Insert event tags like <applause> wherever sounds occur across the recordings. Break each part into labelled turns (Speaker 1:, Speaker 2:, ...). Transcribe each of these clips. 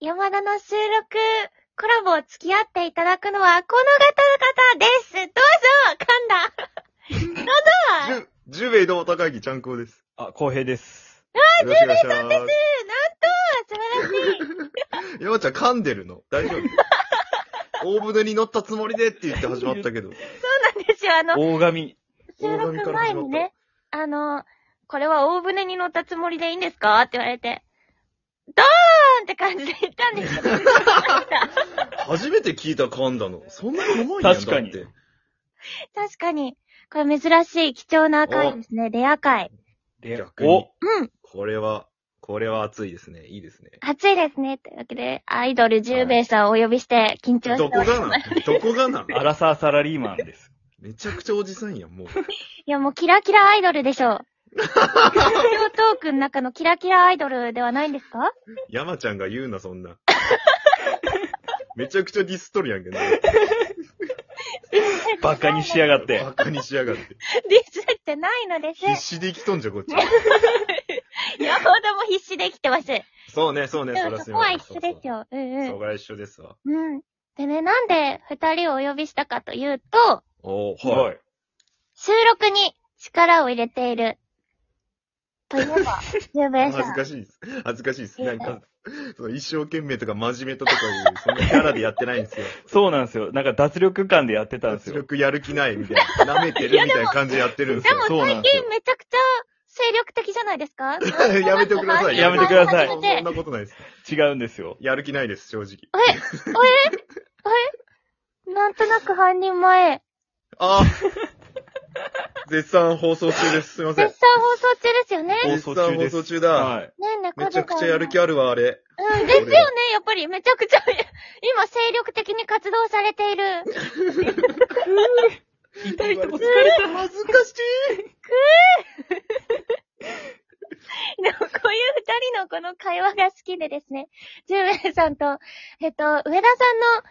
Speaker 1: 山田の収録、コラボを付き合っていただくのは、この方々ですどうぞ噛んだどう
Speaker 2: じ
Speaker 1: ぞ
Speaker 2: ゅ十兵衛どうも高木ちゃんこです。
Speaker 3: あ、浩平です。
Speaker 2: あ、十兵衛さんで
Speaker 1: なんと素晴らしい
Speaker 2: す。山ちゃん噛んでるの大丈夫大船に乗ったつもりでって言って始まったけど。
Speaker 1: そうなんですよ、あの、
Speaker 3: 大神。
Speaker 1: 収録前にね、あの、これは大船に乗ったつもりでいいんですかって言われて、ドーンって感じで言ったんですけど、
Speaker 2: 初めて聞いた噛んだの。そんなに重いんや
Speaker 3: 確かに
Speaker 2: だって
Speaker 1: 確かに、これ珍しい貴重な回ですね、レア回。
Speaker 3: で
Speaker 2: 逆に
Speaker 3: お、
Speaker 1: うん、
Speaker 2: これは、これは熱いですね。いいですね。
Speaker 1: 暑いですね。というわけで、アイドル10名さんをお呼びして緊張してお
Speaker 2: ど
Speaker 1: り
Speaker 2: こ
Speaker 1: ま
Speaker 2: が
Speaker 1: す。
Speaker 2: なのどこがなの
Speaker 3: アラサーサラリーマン
Speaker 1: <laughs>
Speaker 3: です。
Speaker 2: めちゃくちゃおじさんやん、もう。
Speaker 1: いや、もうキラキラアイドルでしょう。ラジオトークの中のキラキラアイドルではないんですか
Speaker 2: 山ちゃんが言うな、そんな。めちゃくちゃディスっとるやんけど、
Speaker 3: バカにしやがっ
Speaker 2: ね。
Speaker 3: て
Speaker 2: バ。カにしやがって。
Speaker 1: ディスってないのです。
Speaker 2: 必死で生きとんじゃん、こっちは。
Speaker 1: 山田も必死で生きてます。で
Speaker 2: そうね、そうね、そ
Speaker 1: も
Speaker 2: ら
Speaker 1: そ
Speaker 2: す
Speaker 1: こは一緒ですよ。うんう
Speaker 2: そ
Speaker 1: ん
Speaker 2: こ。が一緒ですわ。
Speaker 1: うん。でね、なんで二人をお呼びしたかというと、
Speaker 2: おー、
Speaker 3: は
Speaker 2: はい。
Speaker 3: い。
Speaker 1: 収録に力を入れている。といえば、ゆうべい
Speaker 2: 恥
Speaker 1: さ
Speaker 2: ず
Speaker 1: ん。
Speaker 2: かしいです。恥ずかしいです。なんか、その一生懸命とか真面目とかいう、そんなキャラでやってないんですよ。
Speaker 3: そうなんですよ。なんか脱力感でやってたんです
Speaker 2: 脱
Speaker 3: よ。
Speaker 2: 力やる気ないみたいな。舐めてるみたいな感じでやってるんです
Speaker 1: で
Speaker 2: よ
Speaker 1: も。
Speaker 3: そうな
Speaker 1: 最
Speaker 3: んですよ
Speaker 1: 近めちゃくちゃ精力的じゃないですか
Speaker 2: <laughs> やめてください。
Speaker 3: やめてください
Speaker 2: そ
Speaker 1: 始
Speaker 2: ん
Speaker 1: めて
Speaker 2: なことないです。
Speaker 3: 違うんですよ。
Speaker 2: やる気ないです、正直。
Speaker 1: なんとなく半人前。
Speaker 2: あ <laughs> ー絶賛放送中です。すいません
Speaker 1: 絶。賛放送中ですよね。ね
Speaker 3: 放
Speaker 2: 絶
Speaker 3: 送
Speaker 2: 賛
Speaker 3: 中
Speaker 2: 放
Speaker 3: です
Speaker 2: 送中だ。
Speaker 3: はい。
Speaker 1: え、猫
Speaker 2: め
Speaker 1: で
Speaker 2: ちゃくちゃやる気あるわ、あれ。
Speaker 1: うん、ですよね、やっぱり。めちゃくちゃ、今精力的に活動されている。 <laughs>
Speaker 3: 痛いとこ疲れた。恥ずかし
Speaker 1: でもこういう二人のこの会話が好きでですね、ジュウエイさんと、えっと、上田さんの、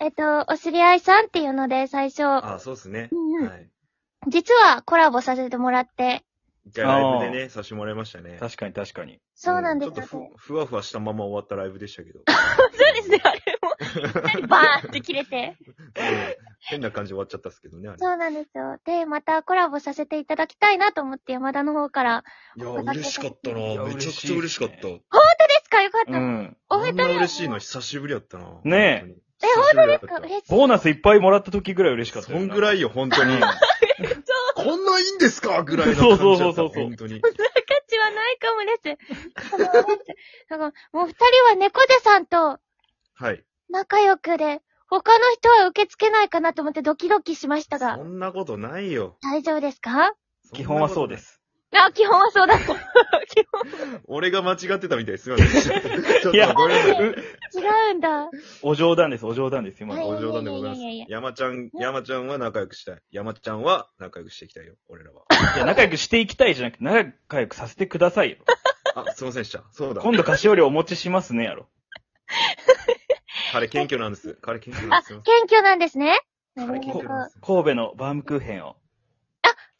Speaker 1: えっと、お知り合いさんっていうので、最初、
Speaker 2: あー、そうですね。
Speaker 1: うんうん
Speaker 2: はい。
Speaker 1: 実はコラボさせてもらって、
Speaker 2: 一回ライブでね、させてもらいましたね
Speaker 3: い。。確かに確かに。
Speaker 1: そうなんです
Speaker 2: ちょっと
Speaker 1: よね。
Speaker 2: ふふわふわしたまま終わったライブでしたけど。
Speaker 1: <laughs> そうですね、あれも、いきなりバーンって切れ
Speaker 2: <laughs>
Speaker 1: て。
Speaker 2: うん変な感じで終わっちゃったっすけどね、あれ。
Speaker 1: そうなんですよ。で、またコラボさせていただきたいなと思って、山田の方から。
Speaker 2: いや、嬉しかった
Speaker 3: いや
Speaker 2: な。めちゃくちゃ嬉しかった。
Speaker 1: ですかよかった。
Speaker 3: うん。
Speaker 1: お
Speaker 2: あ
Speaker 1: 二
Speaker 2: ん
Speaker 1: 人
Speaker 2: な
Speaker 1: はもう
Speaker 2: 嬉しいの久しぶりやったな。
Speaker 3: ね
Speaker 2: え。本当です
Speaker 1: なんか嬉しい。
Speaker 3: ボーナスいっぱいもらった時ぐらい嬉しかった
Speaker 2: そ
Speaker 3: よ。
Speaker 2: んぐらいよ、本当に。こんないいんですかぐらいの感じ
Speaker 3: そ
Speaker 2: だっ
Speaker 3: うそうそ
Speaker 2: た。
Speaker 3: うそう
Speaker 2: 本当に。
Speaker 1: 価値はないかもです。なんかもう二人は猫背さんと、
Speaker 2: はい。
Speaker 1: 仲良くで、他の人は受け付けないかなと思ってドキドキしましたが
Speaker 2: そ、んなことないよ。
Speaker 1: 大丈夫ですか
Speaker 3: 基本はそうで。す。
Speaker 1: あ、基本はそうだ <laughs> った。基
Speaker 2: 俺が間違ってたみたいです。すいませ
Speaker 1: <laughs>
Speaker 2: ん。ちょっ
Speaker 3: いや
Speaker 2: とごめんなさい。
Speaker 3: う
Speaker 1: 本違うんだ。
Speaker 3: お冗談です、お冗談です、今
Speaker 1: はい
Speaker 3: の。
Speaker 2: ご冗談でござ
Speaker 1: い
Speaker 2: います
Speaker 1: やいやいやいや。
Speaker 2: 山ちゃん、山ちゃんは仲良くしたい。山ちゃんは仲良くしていきたいよ、俺らは。
Speaker 3: いや、仲良くしていきたいじゃなくて、仲良くさせてくださいよ。
Speaker 2: あ、すいませんでした。そうだ。
Speaker 3: 今度菓子折りお持ちしますね、やろ。
Speaker 2: 彼謙虚なんです。彼謙虚なん
Speaker 1: あ、
Speaker 2: です
Speaker 1: 謙
Speaker 2: よ。
Speaker 1: 虚なんですね。なる
Speaker 2: 彼謙
Speaker 1: ほ
Speaker 2: 虚
Speaker 1: ど。
Speaker 2: なんです。
Speaker 3: 神戸のバームクーヘンを。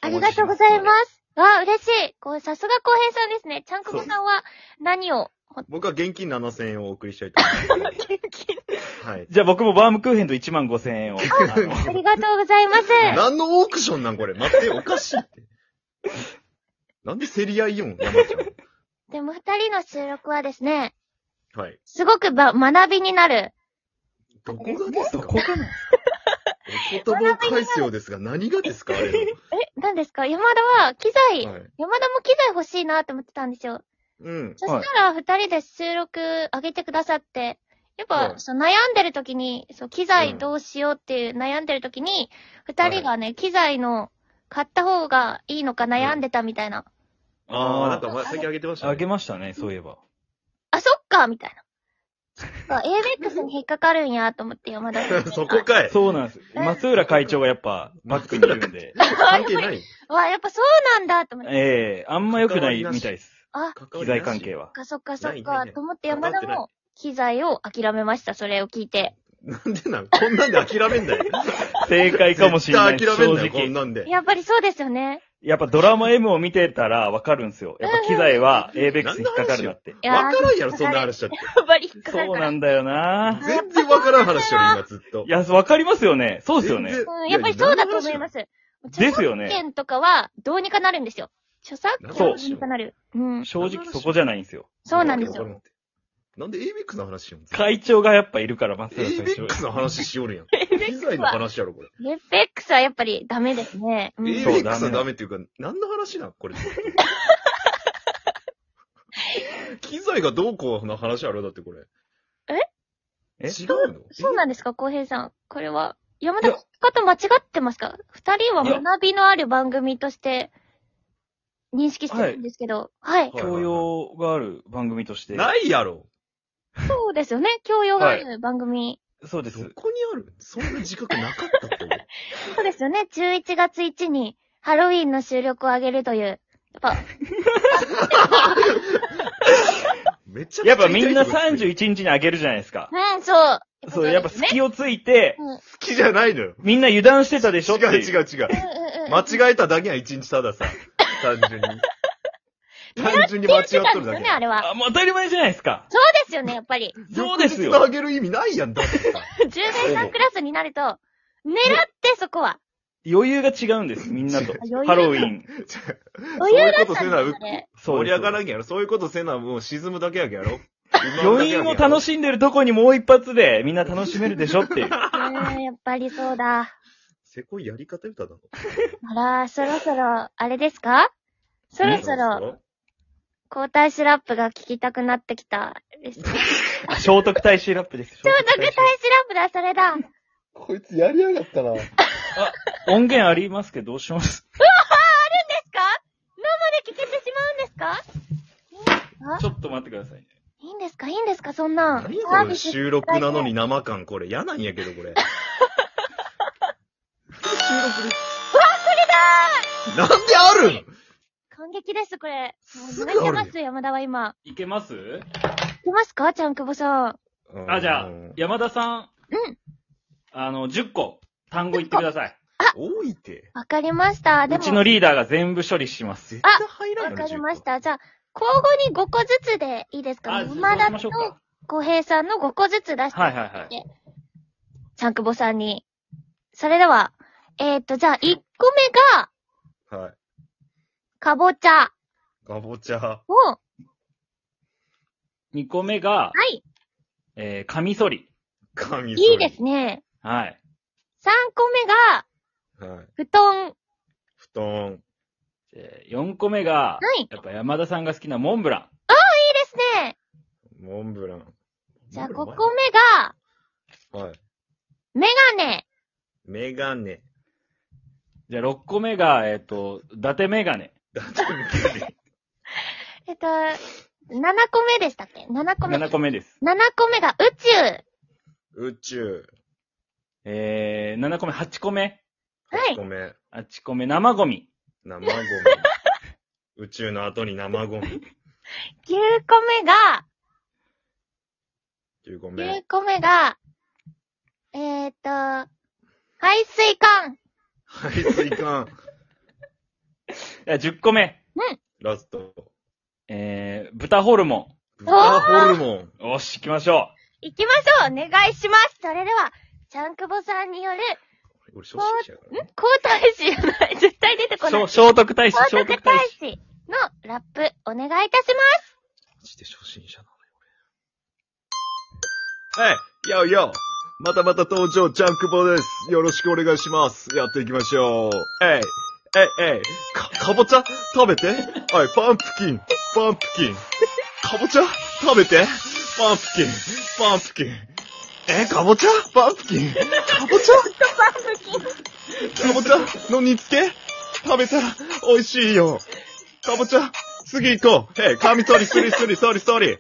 Speaker 1: ありがとうございます。わあ、嬉しい。こう、さすが浩平さんですね。ちゃんこぼさんは何を
Speaker 2: 僕は現金7000円をお送りしたいと思いま
Speaker 1: 現金
Speaker 2: す。はい。
Speaker 3: じゃあ僕もバームクーヘンと1万5千円を。あの
Speaker 1: ありがとうございます。 <laughs>
Speaker 2: 何のオークションなんこれ待って、おかしいって。なんで競り合いよん山ちゃ
Speaker 1: でも二人の収録はですね、
Speaker 2: ん。はい。
Speaker 1: すごくば学びになる。
Speaker 2: どこがですか
Speaker 3: どこかな
Speaker 2: お言葉を返すようですが、何がですかあれの。
Speaker 1: え、何ですか山田は機材、
Speaker 2: はい。
Speaker 1: 山田も機材欲しいなって思ってたんですよ。
Speaker 2: うん。
Speaker 1: そしたら、二人で収録上げてくださって、やっぱ、
Speaker 2: うん
Speaker 1: そう悩んでる時に、そう、機材どうしようっていう悩んでる時に、二人がね、機材の、買った方がいいのか悩んでたみたいな。
Speaker 2: ああ、なんか
Speaker 3: あ
Speaker 2: ま最近あげてました、
Speaker 3: あ、
Speaker 2: ね。。
Speaker 3: あげましたね、そういえば。
Speaker 1: あ、そっかみたいな。そっか、AMX に引っかかるんや、と思って山田さん
Speaker 2: そこかい。
Speaker 3: そうなんです。松浦会長がやっぱ、バックにいるんで。
Speaker 2: 関係ない。
Speaker 1: <laughs> わあ、やっぱそうなんだ、と思って。
Speaker 3: ええあんま良くないみたいです。
Speaker 1: あ、
Speaker 3: 機材関係は。
Speaker 1: そっかそっかそ
Speaker 2: な
Speaker 1: っ
Speaker 2: いない
Speaker 1: か、
Speaker 2: ない
Speaker 1: と思って山田
Speaker 2: 頑張ってな
Speaker 1: も、機材を諦めました、それを聞いて。
Speaker 2: なんでなんこんなんで諦めんだよ。
Speaker 3: <laughs> 正解かもしれない。
Speaker 2: 絶対諦めんなよ、こ
Speaker 3: 正
Speaker 2: ん
Speaker 3: 直。
Speaker 2: なんで。
Speaker 1: やっぱりそうですよね。
Speaker 3: やっぱドラマ M を見てたらわかるんですよ。やっぱ機材は ABEX に引っかかるなって。
Speaker 1: い
Speaker 2: わ
Speaker 1: やー、
Speaker 2: からんやろ、そんな話しちゃって。
Speaker 1: やっぱり引っかかる
Speaker 3: そう
Speaker 1: か
Speaker 3: な
Speaker 1: ら。
Speaker 3: んだよな
Speaker 2: 全然わからん話よ、今ずっと
Speaker 3: い。や、わかりますよね。そうですよね
Speaker 2: 全。然。
Speaker 1: うん、やっぱりそうだと思いますす。
Speaker 3: ですよね
Speaker 1: 著作権とかはどうにかなるんですよ。著作権はど
Speaker 3: そう
Speaker 1: うにかなる。うん。
Speaker 3: 正直そこじゃないんですよ。
Speaker 1: そうなんですよ。
Speaker 2: わなんで ABEX の話しようん
Speaker 3: 会長がやっぱいるから、松永会長。
Speaker 2: ?ABEX の話しよるやん。機
Speaker 1: ABEX
Speaker 2: 材の
Speaker 1: は、
Speaker 2: 話やろ、これ。
Speaker 1: ABEX はやっぱりダメですね。うん
Speaker 3: えそう
Speaker 2: ABEX
Speaker 3: ダメ
Speaker 2: は
Speaker 3: だ
Speaker 2: ダメっていうか、何の話なん
Speaker 1: <laughs>
Speaker 2: これ。機材がどうこうの話あるだってこれ。
Speaker 3: え
Speaker 2: 違うの
Speaker 1: そうなんですか、浩平さん。これは、山田の方間違ってますか二人はい
Speaker 3: や
Speaker 1: 学びのある番組として認識してるんですけど、はい。
Speaker 2: はい
Speaker 3: 教養がある番組として。
Speaker 2: ないやろ。
Speaker 1: そうですよね。教養がある番組。
Speaker 3: そうで
Speaker 2: ど
Speaker 3: す。
Speaker 2: こにあるそんな自覚なかったって俺。
Speaker 3: <laughs>
Speaker 1: そうですよね。11月1にハロウィンの収録を上げるという。やっぱ、
Speaker 2: めちゃくちゃ痛い
Speaker 3: やっぱみんな31日にあげるじゃないですか。
Speaker 1: うん、そう。
Speaker 3: そう、やっぱ
Speaker 1: 好き。
Speaker 3: 隙をついて、
Speaker 1: うん。うん
Speaker 2: 好きじゃないのよ。
Speaker 3: みんな油断してたでし
Speaker 2: 違
Speaker 3: ょ
Speaker 2: う
Speaker 3: ってい
Speaker 2: 違
Speaker 3: う。
Speaker 2: う違う。
Speaker 1: うんうん。
Speaker 2: 間違えただけは一日たださ。単
Speaker 1: <laughs>
Speaker 2: 純に。単純に間違っ
Speaker 1: って
Speaker 2: と
Speaker 1: たんです
Speaker 2: るだ
Speaker 1: よ
Speaker 2: け
Speaker 1: ね、。あれは。
Speaker 3: あ、もう当たり前じゃないですか。
Speaker 1: そうですよね、やっぱり。
Speaker 3: そうです
Speaker 2: 翌日あ
Speaker 3: よ。
Speaker 2: げる意味ないやん、だって。
Speaker 1: 10年間クラスになると、狙ってそこは。
Speaker 3: 余裕が違うんです、みんなと
Speaker 1: 違う。
Speaker 3: ハロウィン。
Speaker 1: 余裕だったんで
Speaker 2: そう
Speaker 1: す
Speaker 2: いうことせな
Speaker 1: よね。
Speaker 3: そう
Speaker 2: 盛
Speaker 3: で
Speaker 2: り
Speaker 3: す
Speaker 2: 上がらんやろ。そういうことせな、もう沈むだけやけや <laughs> ろ。
Speaker 3: 余韻を楽
Speaker 2: し
Speaker 3: しんでるとこにもう一発でみんな楽しめるでしょっ
Speaker 2: <laughs>
Speaker 3: ていう。
Speaker 1: うん、やっぱりそうだ。
Speaker 2: せこいやり方歌だの。
Speaker 1: あら、そろそろ、あれですかそろそろ、。交代シラップが聞きた <laughs> くなってきたです。交代シ
Speaker 3: 聖徳太子ラップです。聖徳太
Speaker 1: ラップだ、それだ。
Speaker 2: こいつやりやがったな。
Speaker 3: 子。音源ありますけど、どうします
Speaker 1: ですか生で聞けてしまうんですか
Speaker 3: ちょっと待ってくださいね。
Speaker 1: いいんですかいいんですかそんなん。
Speaker 2: 何これ収録なのに生感これ嫌なんやけどこ
Speaker 1: <laughs>
Speaker 2: れ。収録です。なんであるん
Speaker 1: 感激です、これ。
Speaker 2: すぐ
Speaker 1: め
Speaker 2: ある
Speaker 1: っ
Speaker 2: よ
Speaker 1: ちゃますよ、山田は今。
Speaker 3: いけます
Speaker 1: いけますかちゃんくぼさん。
Speaker 3: あ、じゃあ
Speaker 2: う、ん
Speaker 3: 山田さん。
Speaker 1: うん。
Speaker 3: あの、10個、単語言ってください。
Speaker 2: 多いて。
Speaker 1: わかりました。で
Speaker 3: う
Speaker 1: も、
Speaker 3: ちのリーダーが全部処理します
Speaker 2: 絶。対入らん
Speaker 1: わ
Speaker 2: やろ
Speaker 1: かりまし。
Speaker 2: 10
Speaker 1: た。じゃあ、交互に5個ずつでいいですか
Speaker 3: あ、
Speaker 1: 山
Speaker 3: そうし
Speaker 1: 田
Speaker 3: ましょ
Speaker 1: と
Speaker 3: うか。
Speaker 1: 小平さんの5個ずつ出して、
Speaker 3: はいはいはい。
Speaker 1: ちゃんくぼさんに。それでは、えー、っと、じゃあ、1個目が、
Speaker 2: 個はい。
Speaker 1: かぼちゃ
Speaker 2: かぼちゃ。
Speaker 1: を、は
Speaker 3: 2個目が、
Speaker 1: い、
Speaker 3: えー、カミソリ。
Speaker 2: 神
Speaker 1: いいですね。
Speaker 3: はい。
Speaker 1: 3個目が、
Speaker 2: す。はい。
Speaker 1: 布団。
Speaker 2: 布団。
Speaker 3: えー、4個目が、
Speaker 1: はい、いいで
Speaker 3: やっぱ山田さんが好きなモンブラ
Speaker 1: すね。
Speaker 2: モンブラン。
Speaker 1: じゃあ、5
Speaker 2: モ
Speaker 1: 個
Speaker 2: ンブ
Speaker 1: 目
Speaker 2: ラ
Speaker 1: が、
Speaker 2: ンはい。
Speaker 1: メガネ。
Speaker 2: メ
Speaker 1: <laughs>
Speaker 2: ガネ。
Speaker 3: ン。じゃあ6個目が、えっ、と、伊達メガネ。
Speaker 2: だってメガネ。
Speaker 1: えっと、7個目でしたっけ ?7 個目。
Speaker 3: 7個目です。
Speaker 1: 7個目が宇宙。
Speaker 2: 宇宙。
Speaker 3: えー、7個目、8個目。
Speaker 1: はい
Speaker 2: ごめん。
Speaker 3: 8個目、生ゴミ。
Speaker 2: 生ゴミ。宇宙の後に生ゴミ。
Speaker 1: 9個目が、
Speaker 2: 9個
Speaker 1: 9
Speaker 2: 目。
Speaker 1: 個目が、えっ、と、排水管。
Speaker 2: 排水管。
Speaker 3: いや10個目。
Speaker 2: ラスト。
Speaker 3: えー、豚ホルモ
Speaker 2: 豚ホルモン。
Speaker 3: ン。よし、行きましょ
Speaker 1: 行きましょうお願いしますそれでは、ちゃんくぼさんによる、
Speaker 2: 俺、初心者やからね。
Speaker 1: 皇太子じゃない、絶対出てこ
Speaker 3: う。し
Speaker 1: ない。
Speaker 3: ょ
Speaker 1: 皇
Speaker 3: 聖徳太子、聖
Speaker 1: 徳
Speaker 3: 徳
Speaker 1: 太
Speaker 3: 太子。
Speaker 1: 子のラップ、お願いいたしま
Speaker 2: マジで初心者なのよ、俺。はい、よいよまたまた登場、ジャンクボです。よろしくお願いします。やっていきましょう。えい、えい、えい、か、かぼちゃ食べて。はい、パンプキン、パンプキン。かぼちゃ食べて。パンプキン、パンプキン。え、かぼちゃパンプキン。かぼちゃ
Speaker 1: す。パンプキン。
Speaker 2: かぼちゃの煮付け食べたら美味しいよ。かぼちゃ、次行こう。え、カミソリ、スリスリ、ソリソリ。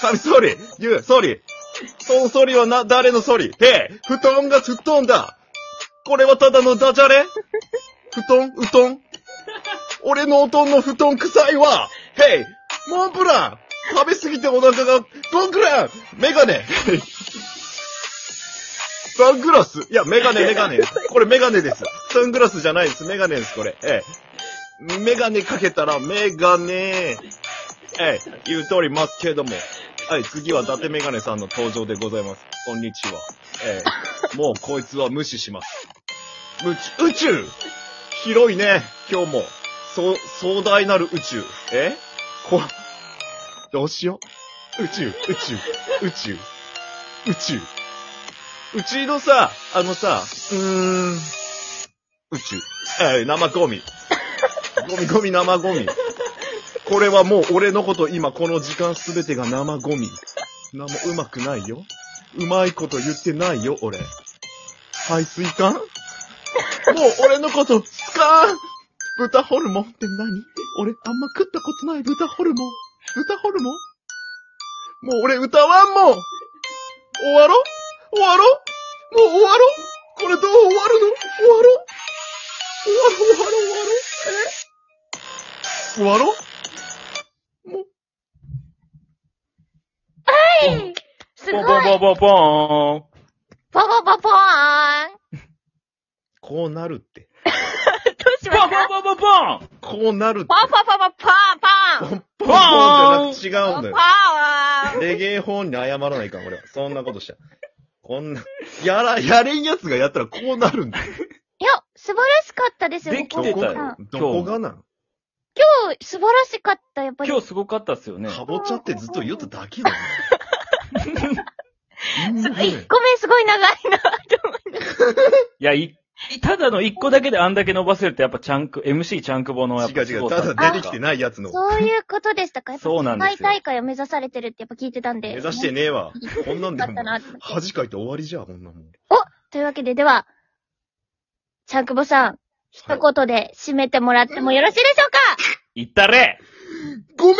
Speaker 2: カミソリ、ユー、ソリ。そのソリはな、誰のソリえ、布団が布団だ。これはただのダジャレ布団、布団。俺のおとんの布団臭いわ。へい、モンブラン。食べすぎてお腹が、ボンクランメガネ。へいサングラスいや、メガネ、メガネ。これメガネです。サングラスじゃないです。メガネです、これ。ええ。メガネかけたらメガネ。えい、言う通りますけども。はい、次は伊達メガネさんの登場でございます。こんにちは。えい、もうこいつは無視します。宇宙、宇宙広いね、今日も。そう、壮大なる宇宙。えこ、どうしよう。宇宙、宇宙、宇宙、宇宙。うちのさ、あのさ、うーん、宇宙。えー生ゴミ。ゴミゴミ生ゴミ。これはもう俺のこと今この時間すべてが生ゴミ。なもうまくないよ。うまいこと言ってないよ、俺。排水管もう俺のこと、スカーン豚ホルモンって何俺あんま食ったことない豚ホルモン。豚ホルモンもう俺歌わんもん終わろ終わろもう終わろこれどう終わるの終わろ終わろ終わろ終わろえ終わろもう、
Speaker 1: はいすご
Speaker 3: ポ
Speaker 1: い
Speaker 3: ンポンポンポンポーン。
Speaker 1: ポポポポーンど
Speaker 2: こうなるって。
Speaker 1: うしまし
Speaker 3: ポン
Speaker 1: た
Speaker 3: ポンポンポンポン
Speaker 2: こうなるって
Speaker 1: ポ。ンポンポンポンポンポン
Speaker 2: ポンポンじ
Speaker 1: ポン
Speaker 2: ゃなく違うんだ
Speaker 1: ポ
Speaker 2: よ
Speaker 1: ン。は
Speaker 2: レゲエ法に謝らないかん、俺は。そんなことしたら。こんな、やら、やれんやつがやったらこうなるんだよ。
Speaker 1: いや、素晴らしかったですよ、
Speaker 3: でき
Speaker 2: ど
Speaker 3: て
Speaker 1: ポ
Speaker 3: た
Speaker 1: ポ
Speaker 2: こ
Speaker 1: ポポ
Speaker 3: よ
Speaker 1: さん
Speaker 2: が、どこがなん
Speaker 1: 今日素晴らしかった、やっぱり。
Speaker 3: 今日すごかったっすよね。
Speaker 2: かぼちゃってずっと言っただけだよ。
Speaker 1: 1個目すごい長いな、と思って。
Speaker 3: いや、い、ただの一個だけであんだけ伸ばせるってやっぱチャンク、MC チャンクボのやっ
Speaker 2: 違
Speaker 3: ぱ
Speaker 2: う違
Speaker 3: すご
Speaker 2: う、
Speaker 3: さ
Speaker 2: ただ出てきてないやつの。
Speaker 1: そういうことでしたかやっぱ
Speaker 3: そうなんですよ
Speaker 1: 世界大会を目指されてるってやっぱ聞いてたんで。
Speaker 2: 目指してねえわ。こんなんで
Speaker 1: だった
Speaker 2: もう、
Speaker 1: なって思って。
Speaker 2: 恥かいて終わりじゃん、こんなもん。
Speaker 1: というわけで、では、ちゃんくぼさん、一言で締めてもらってもよろしいでしょうか、
Speaker 3: いったれ
Speaker 2: ごめん